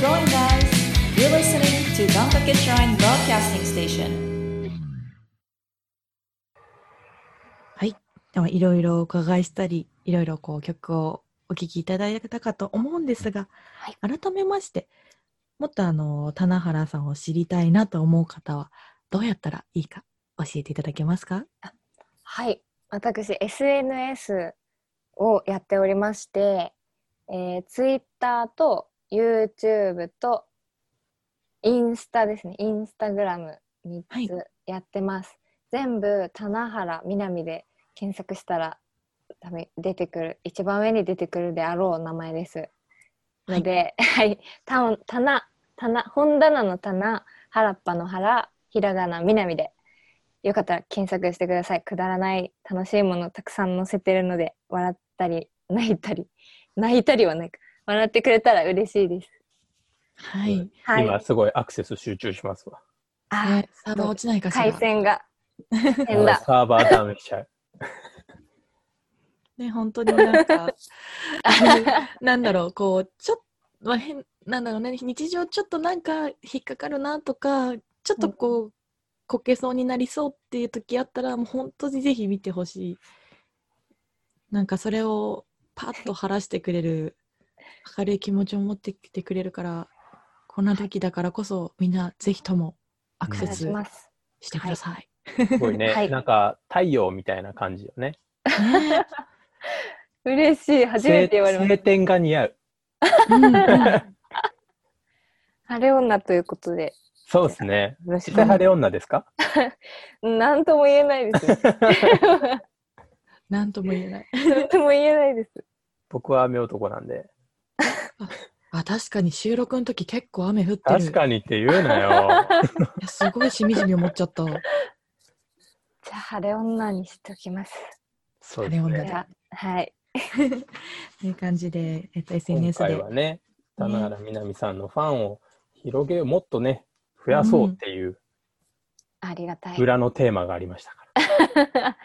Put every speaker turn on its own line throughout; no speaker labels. going, guys? You're listening to Gankake Shrine Broadcasting Station.
ではいろいろお伺いしたりいろいろこう曲をお聴きいただいたかと思うんですが、改めましてもっとあの棚原さんを知りたいなと思う方はどうやったらいいか教えていただけますか
はい私 SNS をやっておりまして、えー、Twitter と YouTube とインスタですねインスタグラム3
はい
つやってます、全部棚原みなみで検索したら多分出てくる一番上に出てくるであろう名前です
はい
ので、はい、 た棚棚本棚の棚原っぱの原ひらがなみなみでよかったら検索してくださいくだらない楽しいものたくさん載せてるので笑ったり泣いたり 泣いたりはないか笑ってくれたら嬉しいです
はい、
はい
今すごいアクセス集中しますわ。
あ
えサーバー落ちないかしら
回線が変だ
サーバーダウンしちゃう。
ね本当になん かなんだろうこうちょっと、まあ変なんだろうね日常ちょっとなんか引っかかるなとかちょっとこう、こけそうになりそうっていう時あったらもう本当にぜひ見てほしいなんかそれをパッと晴らしてくれる明るい気持ちを持ってきてくれるからこんな時だからこそみんなぜひともアク
い
セ
ただき
ス
ます
してください。
すごいね、
はい
なんか太陽みたいな感じよね。
ね
嬉しい初めて言われました
晴天が似合う。
うんうん
晴れ女ということで
そうですね。
よろし
実
く
際晴れ女ですか、
何とも言えない ですね
なんとも言えない。
何とも言えないです
僕は雨男なんで。
あ確かに収録の時結構雨降ってる。
確かにって言うな よ。
いやすごいしみじみ思っちゃった。
じゃあ晴れ女にしておきます
そうです
晴れ女
じ
で
ね。
ゃあはい
と いう感じで、えっと、
今
SNS
回
で
はね、棚原みなみさんのファンを広げよう、もっとね、増やそうっていう
ありがたい
裏のテーマがありましたか
は
ら。
い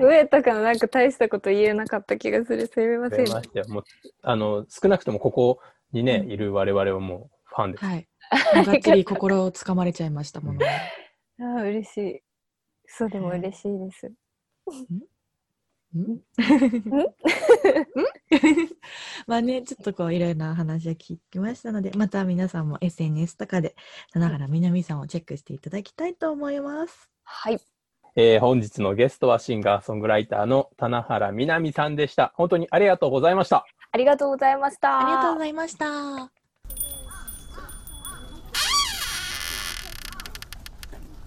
上とかなんか大したこと言えなかった気がするすみませ
増え
ん
ましたよ。もうあの少なくともここにね、いる我々はもうファンです。
はい、もうがっつり心をつかまれちゃいましたもの。
あー嬉しいそうでも嬉しいです
んまあねちょっとこういろいろな話を聞きましたのでまた皆さんも SNS とかで棚原みなみさんをチェックしていただきたいと思います。
はい
えー本日のゲストはシンガーソングライターの棚原みなみさんでした。本当にありがとうございました。
ありがとうございました
ありがとうございました。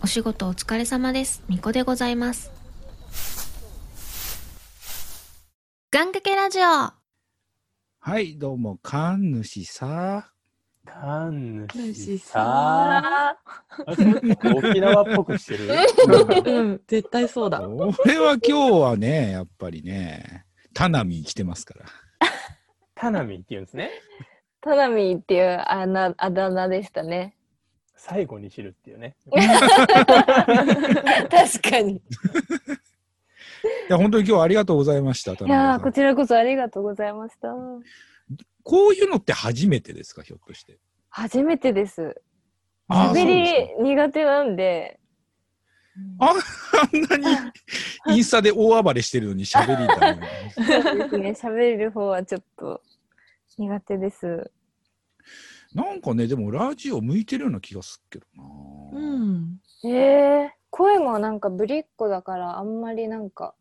お仕事お疲れ様です。みこでございます。ガンガケラジオ
はい、どうも、神主さ。
かん
主
さ
あ
沖縄っぽくしてる。
うん絶対そうだ。
俺は今日はね、やっぱりね、タナミ来てますから。
タナミって言うんですね。
ートナミーっていうあなあだ名でしたね
最後に知るっていうね。
確かに
いや、本当に今日はありがとうございました、タ
い
ナ
や
ミ
ー
さ
こ
ん。
ちらこそありがとうございました
こういうのって初めてですか、ひょっとして。
初めてです
あー
喋
そう
り
です
苦手なんで
かあんなにインスタで大暴れしてるのに喋りだね。
そうですね 喋る方はちょっと苦手です
なんかね、でもラジオ向いてるような気がするけどな。
うん。
えー、声もなんかぶりっ子だからあんまりなんか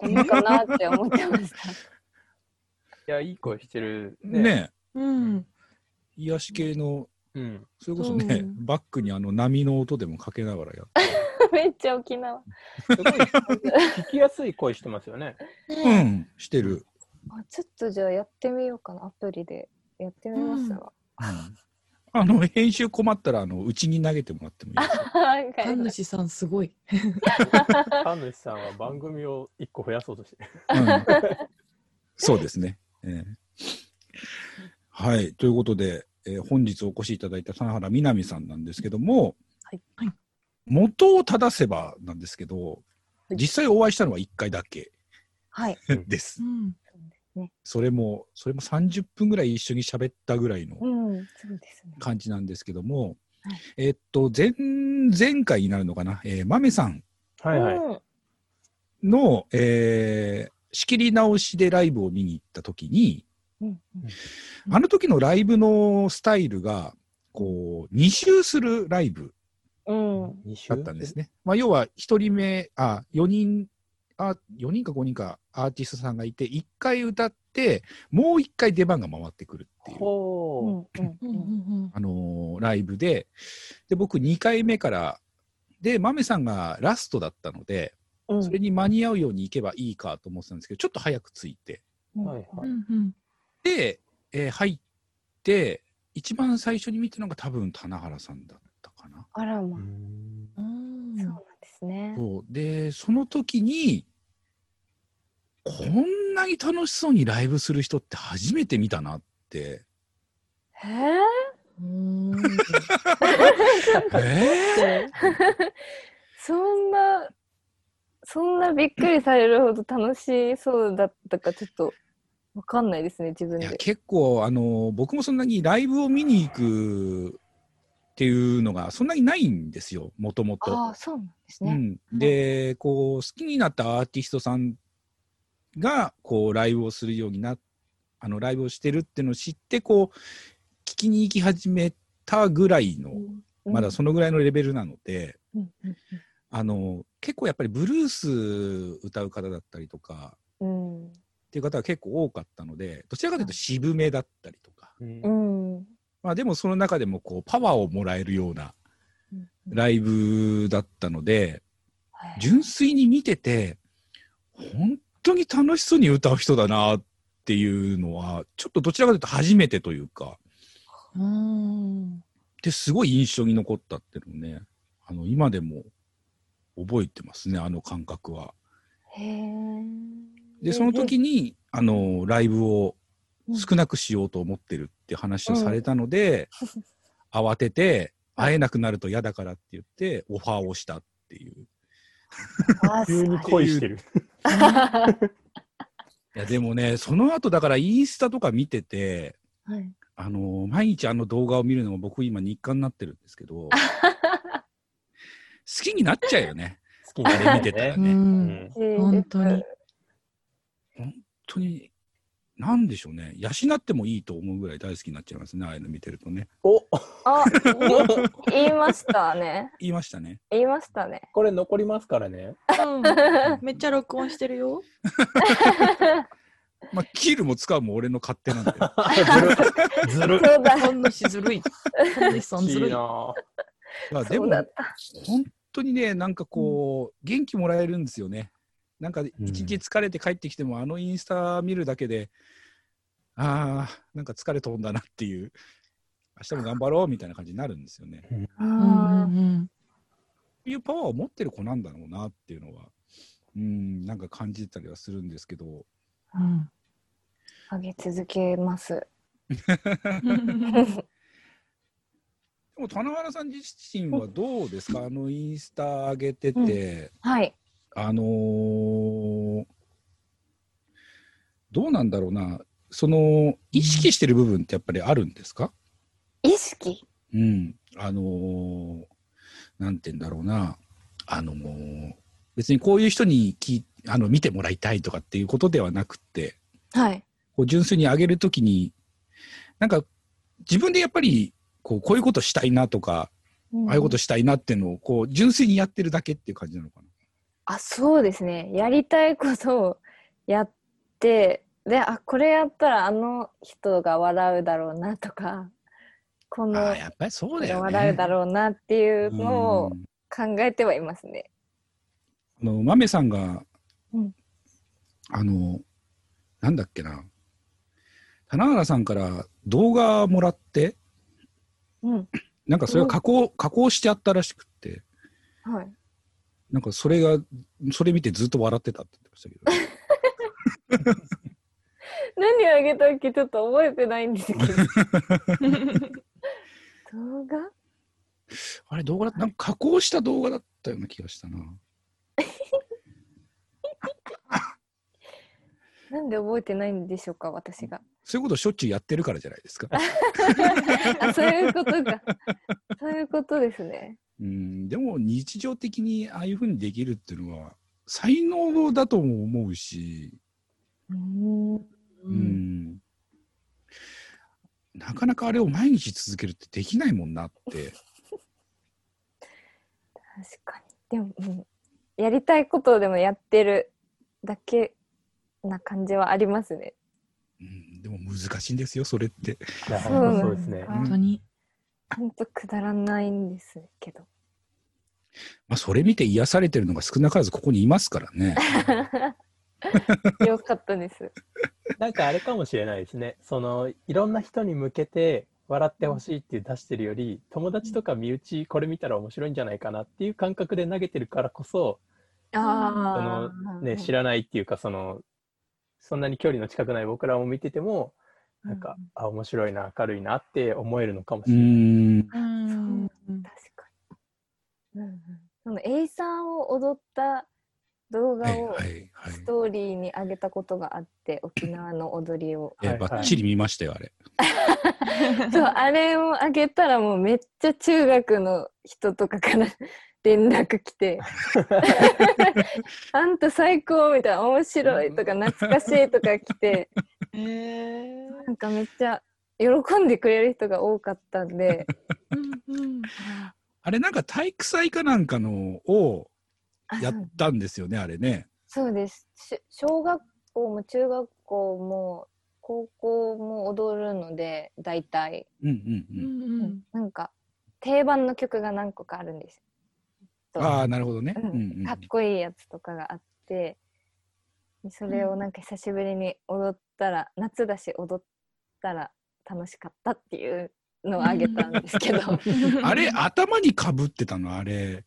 ダメかなって思ってました
いや、いい声してるね。
ね
うん。
え、癒し系の、
うん。
それこそね、
うん
バックにあの波の音でもかけながらやって。
めっちゃ沖縄。
すごい聞きやすい声してますよね。
う
ね
ん、してる。
あちょっとじゃあやってみようかな、アプリで。やってみますわ。
うんあの、編集困ったら、あの、うちに投げてもらってもいいですよ。
なんか
え、神主さんすごい。
神主さんは番組を一個増やそうとしてる。
うんそうですね。ええはい。ということで、えー本日お越しいただいた田原みなみさんなんですけども、
はいはい
元を正せばなんですけど、実際お会いしたのは1回だけ
はい。
です
う。ん。
ね。
それも、それも30分ぐらい一緒に喋ったぐらいの
うん、そうですね。
感じなんですけども、
はい
えっと、前、前回になるのかな、えー、豆さん
はいはい。
うん
の、えー仕切り直しでライブを見に行った時に、
うん
あの時のライブのスタイルが、こう、2周するライブ
うん。うん。
二週
だったんですね。まあ、要は1人目、あ、4人、あ、4人か5人かアーティストさんがいて、1回歌って、もう1回出番が回ってくるっていう、
う
ほ
ん。うん
うんうんうん
あのーライブで、で、僕2回目から、で、マメさんがラストだったので、
うん
それに間に合うように行けばいいかと思ってたんですけど、ちょっと早く着いて、
う。はいは
う
い。
んうん
で、えー入って、一番最初に見たのが多分、棚原さんだったかな。
あらま
う
あ、
ん
うん
そうなんですね。
そうで、その時に、こんなに楽しそうにライブする人って初めて見たなって。
へえ。
うん
え
そんな、そんなびっくりされるほど楽しそうだったか、ちょっとわかんないですね、自分
ー、い
で
や。結構、あの僕もそんなにライブを見に行くっていうのがそんなにないんですよ、もともと。
ああ、そうなんです
う
ね。
ん、でこう好きになったアーティストさんがこうライブをするようになあのライブをしてるっていうのを知ってこう聞きに行き始めたぐらいの、
うん
まだそのぐらいのレベルなので、
うんうん
あの結構やっぱりブルース歌う方だったりとか
うん。
っていう方が結構多かったのでどちらかというと渋めだったりとか、
うん
うん。うん
まあ、でもその中でもこうパワーをもらえるような
うん
ライブだったので。
はい
純粋に見てて、本当に楽しそうに歌う人だなっていうのは、ちょっとどちらかというと初めてというか、
うん
ですごい印象に残ったっていうのをね、あの今でも覚えてますね、あの感覚は。
へえ。
で、その時に、あのライブを少なくしようと思ってるって話をされたので、慌てて、会えなくなると嫌だからって言って、オファーをしたっていう。
あ、
急に恋してる。
いやでもね、その後だからインスタとか見てて、
はい
あのー毎日あの動画を見るのも僕今日課になってるんです けど、好きになっちゃうよね。
好きに
あれ
な
見て
る
たら
ね。
う
ね。本
ん本当に。
当に、なんでしょうね。養ってもいいと思うぐらい大好きになっちゃいますね。ああいうの見てるとね。
お
あ、言いましたね。
言いましたね。
言いましたね。
これ残りますからね。
めっちゃ録音してるよ。
まあ、切るも使うも俺の勝手なんで。
ずる。
そうだ。
本主ずるい。本主さん
ず
ず
る
る
い
い
な。。
まあで
そ
も
うだっ、
本当にね、なんかこう、元気もらえるんですよね。なんか、一日疲れて帰ってきても、あのインスタ見るだけで、ああ、なんか疲れ飛んだなっていう、明日も頑張ろうみたいな感じになるんですよね。こ
う。
うんうんん
ういうパワーを持ってる子なんだろうなっていうのは、うん、なんか感じたりはするんですけど、
うん
上げ続けます。
うん
でも、田原さん自身はどうですか、あのインスタ上げてて、
はい。
あのーどうなんだろうな、その意識してる部分ってやっぱりあるんですか、
意識。
うん、あのーなんて言うんだろうな、あのー別にこういう人にきあの見てもらいたいとかっていうことではなくって、
はい。
こう純粋に上げるときに、なんか自分でやっぱりこうこういうことしたいなとか、ああいうことしたいなっていうのをこう純粋にやってるだけっていう感じなのかな。
あそうですねやりたいことをやってであこれやったらあの人が笑うだろうなとかこの
ああー、
人
やっぱりそうだ
が
よね。
笑うだろうなっていうのを
うん
考えてはいますね。
あの、豆さんが、
うん
あの、なんだっけな、棚原さんから動画もらって、
うん
なんかそれを加工、加工してあったらしくって、
はい、
なんかそれが、それ見てずっと笑ってたって言ってましたけど、
何をあげたっけちょっと覚えてないんですけど動画
あれ動画だなんか加工した動画だったような気がしたな。
なんで覚えてないんでしょうか、私が。
そういうことしょっちゅうやってるからじゃないです か。
あ、そういうことか。そういうことですね。
うん、でも日常的にああいうふうにできるっていうのは、才能だとも思うし、
うーん。
うんなかなかあれを毎日続けるってできないもんなって。
確かに。でも、うんやりたいことをでもやってるだけな感じはありますね。
うん、でも難しいんですよ、それって。
いや
そ
ほ
うなんんだ
とそうですね。
本当に。
ほんとくだらないんですけど。
まあ、それ見て癒されてるのが少なからずここにいますからね。
よかったです。
なんかあれかもしれないですね。その、いろんな人に向けて笑ってほしいって出してるより、友達とか身内、これ見たら面白いんじゃないかなっていう感覚で投げてるからこそ、
ああ。
ね、知らないっていうか、その、そんなに距離の近くない僕らを見てても、なんか、あ、面白いな、明るいなって思えるのかもし
う
れない。
ん。
うん
確かに。うんうん、そのエイさんを踊った動
は
画
い
を
はいはい
ス。トーリーに上げたことがあって、沖縄の踊りを。
え
はい
ばっちり見ましたよ、あれ。
そう、あれを上げたらもうめっちゃ中学の人とかから連絡来 て、あんた最高みたいな、面白いとか懐かしいとか来て、
えー
なんかめっちゃ喜んでくれる人が多かったんで、
うんうん
あれ、なんか体育祭かなんかのを
あ
やったんですよね、あれね。
そうです。し小学校も中学校も高校も踊るので、大体、
うんうん
う
うん。
んうん
なんか定番の曲が何個かあるんです。そう
ああ、なるほどね。
う
うん
ん
うん
かっこいいやつとかがあってそれをなんか久しぶりに踊ったら、夏だし踊ったら楽しかったっていうのをあげたんです けど
あれ、頭にかぶってたの、あれ。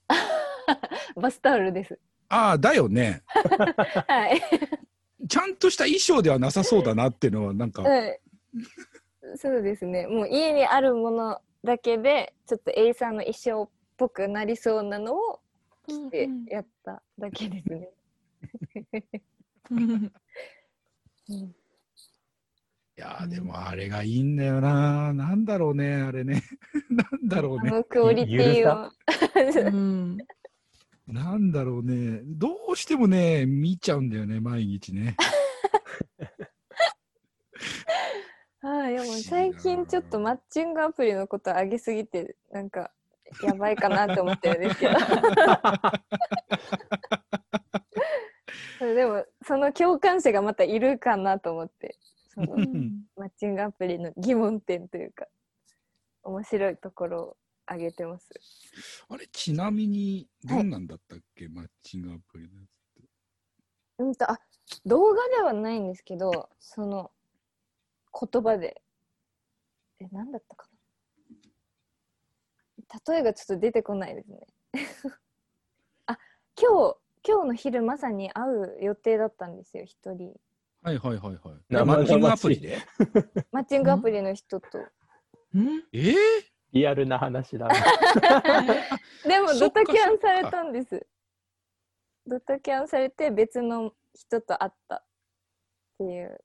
バスタオルです。
ああ、だよね。
はい、
ちゃんとした衣装ではなさそうだなっていうのは、なんか、
はいそうですねもう家にあるものだけでちょっと A さんの衣装っぽくなりそうなのを着て
うんうん
やっただけですね。
うん
うん
いやー、でもあれがいいんだよな。なんだろうね、あれね。 なんだろう
あ
ね。
のクオリティを
うん
なんだろうね。どうしてもね、見ちゃうんだよね、毎日ね。
はい、でも
不思議だな
最近ちょっとマッチングアプリのこと上げすぎて、なんか、やばいかなって思ってるんですけど。そうでも、その共感者がまたいるかなと思って、その
うん
マッチングアプリの疑問点というか、面白いところを上げてます。
あれ、ちなみに、どんなんだったっけ、マッチングアプリのやつって。
うんと、あ、動画ではないんですけど、その、言葉で、え、なんだったかな。例えがちょっと出てこないですね。 あ、今日、今日の昼まさに会う予定だったんですよ、一人。
はいはいはいはい。
生
マ
々しい
ッチングアプリ で
マッチングアプリの人と。
うん
えー、
リアルな話だな。
でも、
そ
ド
っか
タキャンされたんです。ドタキャンされて、別の人と会ったっていう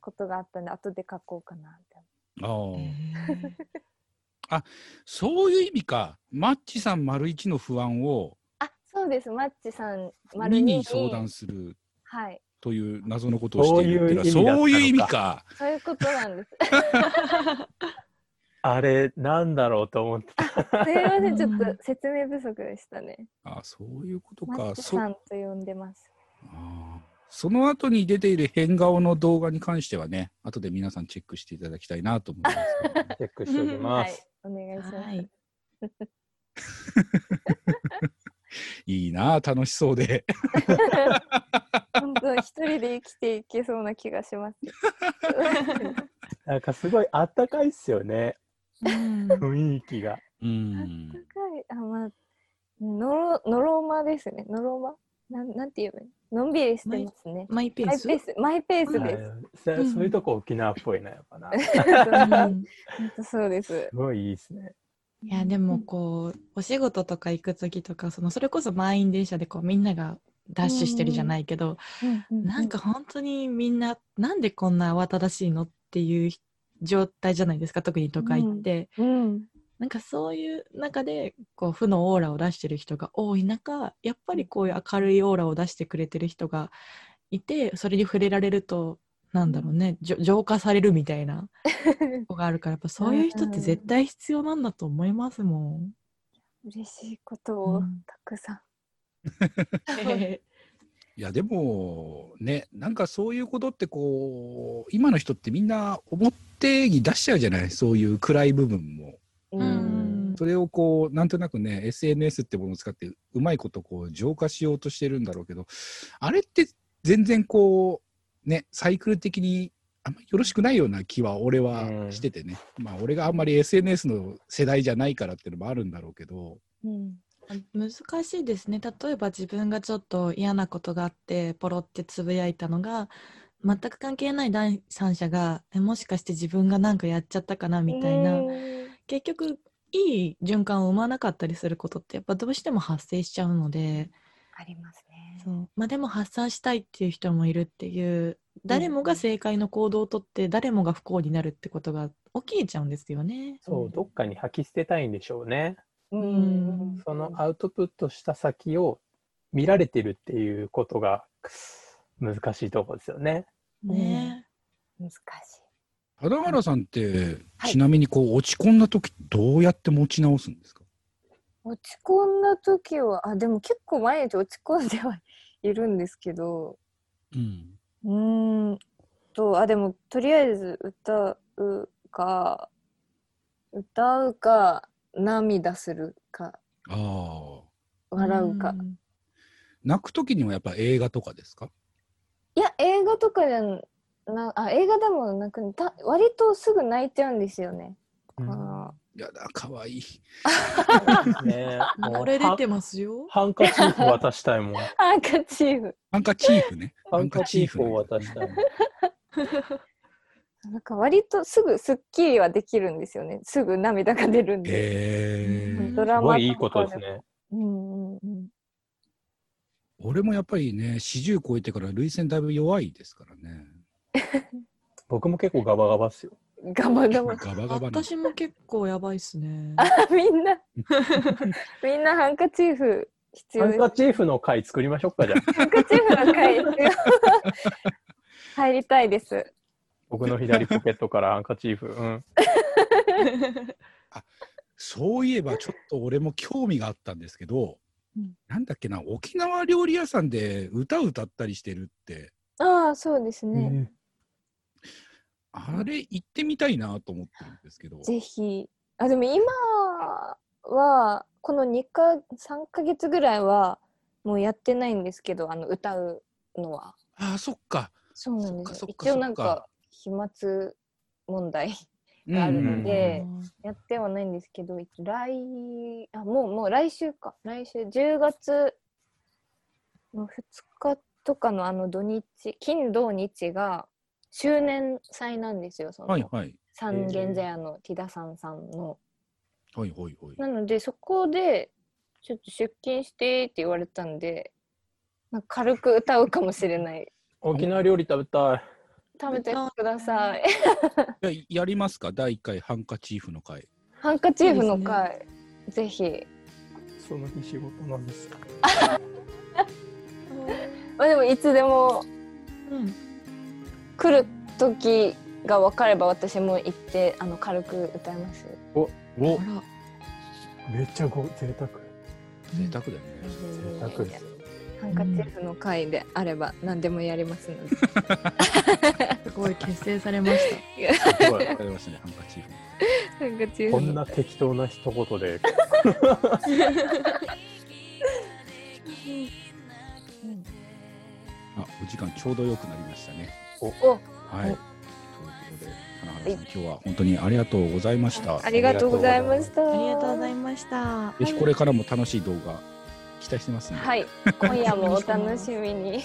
ことがあったんで、後で書こうかなって。
あ あ。そういう意味か。マッチさん丸一の不安を、
あ、そうです。マッチさん、
2に相談
に
する
はい。
という謎のことをしているっていうのは、そ
そうう
いう
いう
意
意
味
味
か。
そういうことなんです。
あれ、なんだろうと思ってた。
すいません、ちょっと説明不足でしたね。
あそういうこと
マ
か。
ッチ
そ
さんと呼んでます。
あーその後に出ている変顔の動画に関してはね、後で皆さんチェックしていただきたいなと思いますけ どね、
チェックしておきま
はい
す。、
お願いします。
はい。
いいなあ、楽しそうで。
本当一人で生きていけそうな気がします。
なんかすごいあったかいっすよね、
うん
雰囲気が。
うん。
高い、あ、まあ、のろ、のろまですね。のろま。なん、なんて言えばいいの。のんびりしてますね。
マイペ
マ
ー
イ
ス。
ペース、マイペース
あ
で
ーそそういうとこ沖縄っぽいな、やっぱな。す
す。
う
本
ん
当 そうです。
ごいいいっすね。
いやでもこうお仕事とか行く時とかそのそれこそ満員電車でこうみんながダッシュしてるじゃないけど、なんか本当にみんななんでこんな慌ただしいのっていう状態じゃないですか特に都会って、
うん
なんかそういう中でこう負のオーラを出してる人が多い中やっぱりこういう明るいオーラを出してくれてる人がいてそれに触れられるとなんだろうねじょ浄化されるみたいな子があるからやっぱそういう人って絶対必要なんだと思いますも ん。
嬉しいこと
う
を
ん
たくさん。
いやでもねなんかそういうことってこう今の人ってみんな表に出しちゃうじゃないそういう暗い部分も
う
う
ん
それをこうなんとなくね SNS ってものを使ってうまいことこう浄化しようとしてるんだろうけどあれって全然こうねサイクル的にあんまりよろしくないような気は俺
う
は
ん
しててね、まあ俺があんまり SNS の世代じゃないからっていうのもあるんだろうけど、
うん
難しいですね例えば自分がちょっと嫌なことがあってポロってつぶやいたのが全く関係ない第三者がえもしかして自分が何かやっちゃったかなみたいな、
うん
結局いい循環を生まなかったりすることってやっぱどうしても発生しちゃうので
ありますね。
そう、まあ、でも発散したいっていう人もいるっていう誰もが正解の行動をとって誰もが不幸になるってことが起きちゃうんですよね。
そう、どっかに吐き捨てたいんでしょうね。
うん
そのアウトプットした先を見られてるっていうことが難しいところですよね。
ね
難しい。
花原さんって、
はい
ちなみにこう落ち込んだ時どうやって持ち直すんですか
落ち込んだ時はあでも結構毎日落ち込んではいるんですけど
うん、
うーんとあでもとりあえず歌うか歌うか涙するか
ああ
笑うか、
ん
泣く時にはやっぱ映画とかですか
いや映画とかじゃなあ映画でもなくた割とすぐ泣いちゃうんですよね。あの
やだ可愛い
ねえもう
これ出
ハン
てますよ。
ハンカチーフ渡したいもん。
ハンカチーフ
ハンカチーフね
ハンカチーフを渡し
ハンカチーフ
たい。
なんか割とすぐすっきりはできるんですよねすぐ涙が出るんで、
え
う
ー
ん
ド
す
ラ
ご
マ
いいいことです
か
ね。
もうんうんうん
俺もやっぱりね四十超えてから涙腺だいぶ弱いですからね
僕も結構ガバガバっすよ。
ガバガバ
ガバガバな
私も結構やばいっすね。
みん な、みんなハンカチーフ必
ハ
要
ン
です。
カチーフの回作りましょうか、じゃあ。
ハンカチーフの回必要。入りたいです。
僕の左ポケットからハンカチーフ。うん。
そういえばちょっと俺も興味があったんですけど、
うん
なんだっけな沖縄料理屋さんで歌歌ったりしてるって
ああ、そうですね。
あれ行ってみたいなと思ってるんですけど
ぜひ。あ、でも今は、この2か、3ヶ月ぐらいは、もうやってないんですけど、あの、歌うのは。
ああそっか
そうなんです
そ
よ
っ。かそっか
一応なん
そっ
か
か、
飛沫問題
うん
ある
の
でやってはないんですけど、来、あ、もう、もう来週か。来週、10月の2日とかのあの土日、金土日が周年祭なんですよ、そ
はい
の
はい
三軒茶屋のティダさんさんの。
はいはいはい
なので、そこで、ちょっと出勤してって言われたんで、なんか軽く歌うかもしれない。
沖縄料理食べたい。
食べてください。
じゃあやりますか第1回ハンカチーフの会
ハンカチーフの会、ぜひ。
その日仕事なんです。
まあでも、いつでも
うん
来る時が分かれば私も行ってあの軽く歌います。
お
あら
めっちゃご贅沢。
贅沢だよね、
贅沢です。
ハンカチーフの会であれば何でもやりますので。
すごい結成されました。
すごい
わかりましたねハンカチーフ
ハンカチー
こ
フ
ん
の
な適当な一言で。
あお時間ちょうど良くなりましたね
お
はい
お
ということで花原さん今日は本当にありがとうございました
ありがとうございました。
ありがとうござい
ま
ました。
ぜひこれからも楽しい動画期待してますね
はい、今夜もお楽しみに。